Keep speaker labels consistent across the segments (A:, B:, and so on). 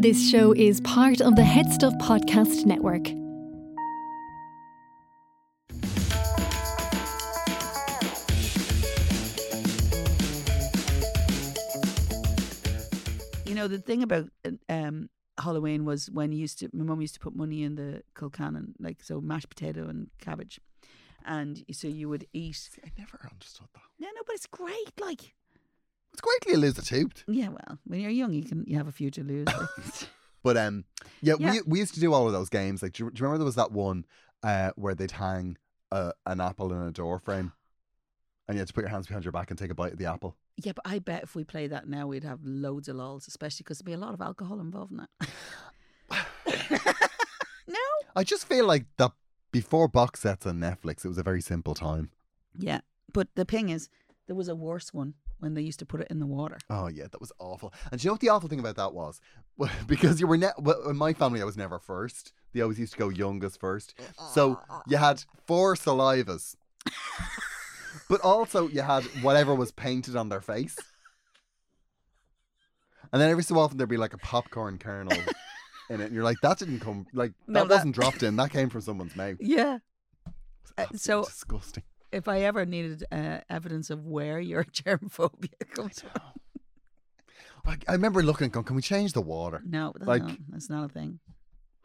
A: This show is part of the Head Stuff Podcast Network.
B: You know, the thing about uh, um, Halloween was when you used to, my mum used to put money in the Kilcannon, like so mashed potato and cabbage. And so you would eat.
C: See, I never understood that.
B: No, no, but it's great. Like,
C: It's greatly illicit,
B: yeah, well, when you're young, you can you have a few to lose. like.
C: but um, yeah,
B: Yeah.
C: we we used to do all of those games. Like, do you, do you remember there was that one uh where they'd hang uh, an apple in a door frame, and you had to put your hands behind your back and take a bite of the apple.
B: yeah, but I bet if we play that now, we'd have loads of lols, especially because there'd be a lot of alcohol involved in that. no?
C: I just feel like that before box sets on Netflix, it was a very simple time.
B: Yeah. But the thing is, there was a worse one when they used to put it in the water.
C: Oh yeah, that was awful. And do you know what the awful thing about that was? Well, because you were ne- well, in my family, I was never first. They always used to go youngest first. So you had four salivas, but also you had whatever was painted on their face. And then every so often there'd be like a popcorn kernel in it, and you're like, that didn't come, like
B: No,
C: that
B: that-
C: wasn't dropped in. That came from someone's mouth.
B: Yeah. Uh, so
C: disgusting.
B: if I ever needed uh, evidence of where your germ phobia comes from,
C: I, I remember looking and going, can we change the water?
B: no, that's,
C: Like-
B: not, that's not a thing.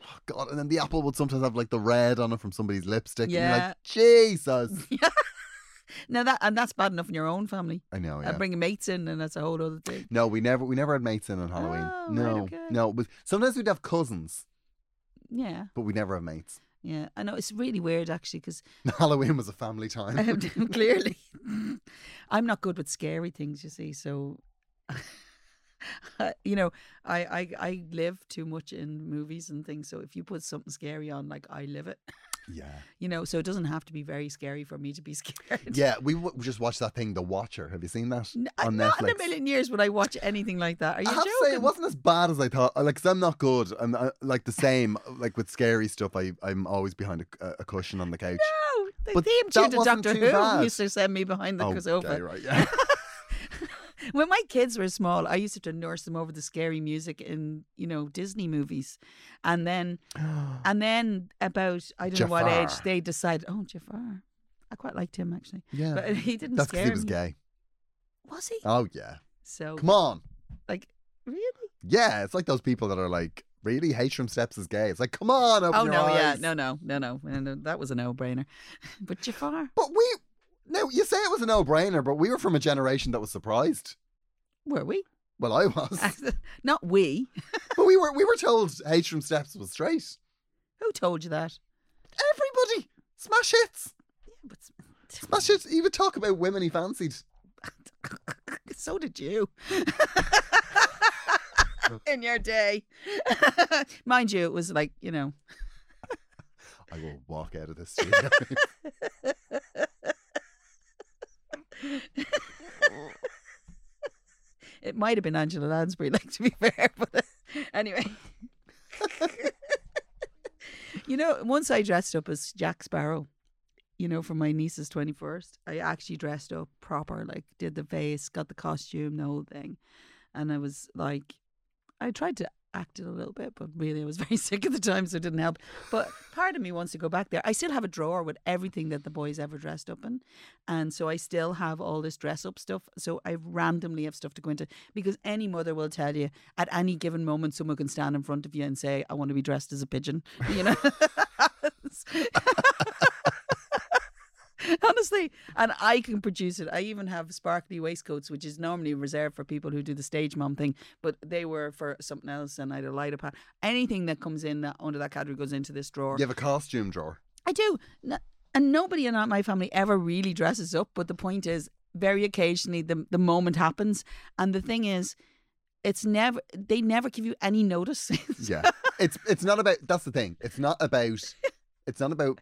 C: Oh, God, and then the apple would sometimes have like the red on it from somebody's lipstick. And you're
B: Yeah.
C: like, Jesus.
B: Now that and that's bad enough in your own family.
C: I know,
B: Uh,
C: Oh, yeah.
B: bringing mates in, and that's a whole other thing.
C: no, we never we never had mates in on Halloween.
B: Oh, right,
C: no,
B: okay.
C: no. But sometimes we'd have cousins,
B: Yeah,
C: but we never have mates.
B: yeah. I know it's really weird actually because
C: Halloween was a family time.
B: um, clearly I'm not good with scary things. You see, so you know, I, I I live too much in movies and things. So if you put something scary on, like I live it.
C: yeah,
B: You know, so it doesn't have to be very scary for me to be scared.
C: yeah. We, w- we just watched that thing, The Watcher. Have you seen that
B: N- I-
C: on
B: not
C: Netflix?
B: in a million years would I watch anything like that. Are you
C: I have
B: joking?
C: to say, it wasn't as bad as I thought. I- Like, i I'm not good. I'm uh, like the same. Like with scary stuff, I I'm always behind a, a cushion on the couch.
B: No, Oh, the
C: But
B: theme
C: that
B: tune to
C: wasn't
B: Doctor
C: too
B: Who
C: bad.
B: used to send me behind the
C: oh,
B: crossover.
C: okay, right, yeah.
B: When my kids were small, I used to have to nurse them over the scary music in you know Disney movies, and then and then about I don't know what age
C: Oh. Jafar.
B: they decided. Oh, Jafar, I quite liked him actually,
C: yeah.
B: but he didn't
C: That's because
B: scare
C: he was
B: me.
C: gay.
B: Was he?
C: Oh yeah.
B: So
C: Come on.
B: like really?
C: Yeah, it's like those people that are like, really? Hatram Steps is gay. It's like, come on, open
B: Oh
C: your
B: no, yeah,
C: eyes.
B: no, no, no, no, no, no, that was a no-brainer. But Jafar.
C: But we, no, you say it was a no-brainer, but we were from a generation that was surprised.
B: Were we?
C: Well, I was,
B: Not we.
C: but we were we were told Hatram Steps was straight.
B: Who told you that?
C: Everybody, smash hits,
B: Yeah, but s-
C: smash hits. He would talk about women he fancied.
B: so did you. In your day. Mind you, it was like, you know,
C: I will walk out of this studio.
B: it might have been Angela Lansbury, like to be fair, but uh, anyway. you know, once I dressed up as Jack Sparrow, you know, for my niece's 21st, I actually dressed up proper, like did the face, got the costume, the whole thing. And I was like, I tried to act it a little bit, but really I was very sick at the time, so it didn't help. But part of me wants to go back there. I still have a drawer with everything that the boys ever dressed up in. And so I still have all this dress up stuff. So I randomly have stuff to go into because any mother will tell you at any given moment, someone can stand in front of you and say, I want to be dressed as a pigeon. You know? Honestly, and I can produce it. I even have sparkly waistcoats, which is normally reserved for people who do the stage mom thing, but they were for something else. And I had a lighter pad. Anything that comes in that under that category goes into this drawer.
C: you have a costume drawer.
B: I do. N- And nobody in my family ever really dresses up. But the point is, very occasionally the, the moment happens. And the thing is, it's never, they never give you any notice.
C: Yeah, it's it's not about. That's the thing. It's not about. It's not about.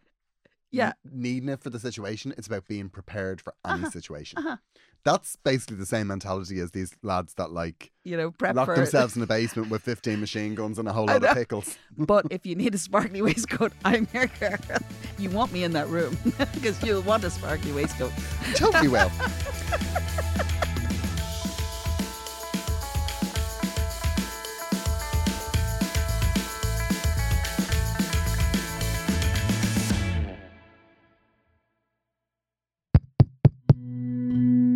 B: Yeah.
C: n- needing it for the situation. It's about being prepared for any situation.
B: uh-huh.
C: That's basically the same mentality as these lads that like
B: you know, prep
C: lock
B: for
C: themselves in a basement with fifteen machine guns and a whole
B: I
C: lot
B: know.
C: of pickles.
B: but if you need a sparkly waistcoat, I'm your girl. You want me in that room because you'll want a sparkly waistcoat.
C: Totally well.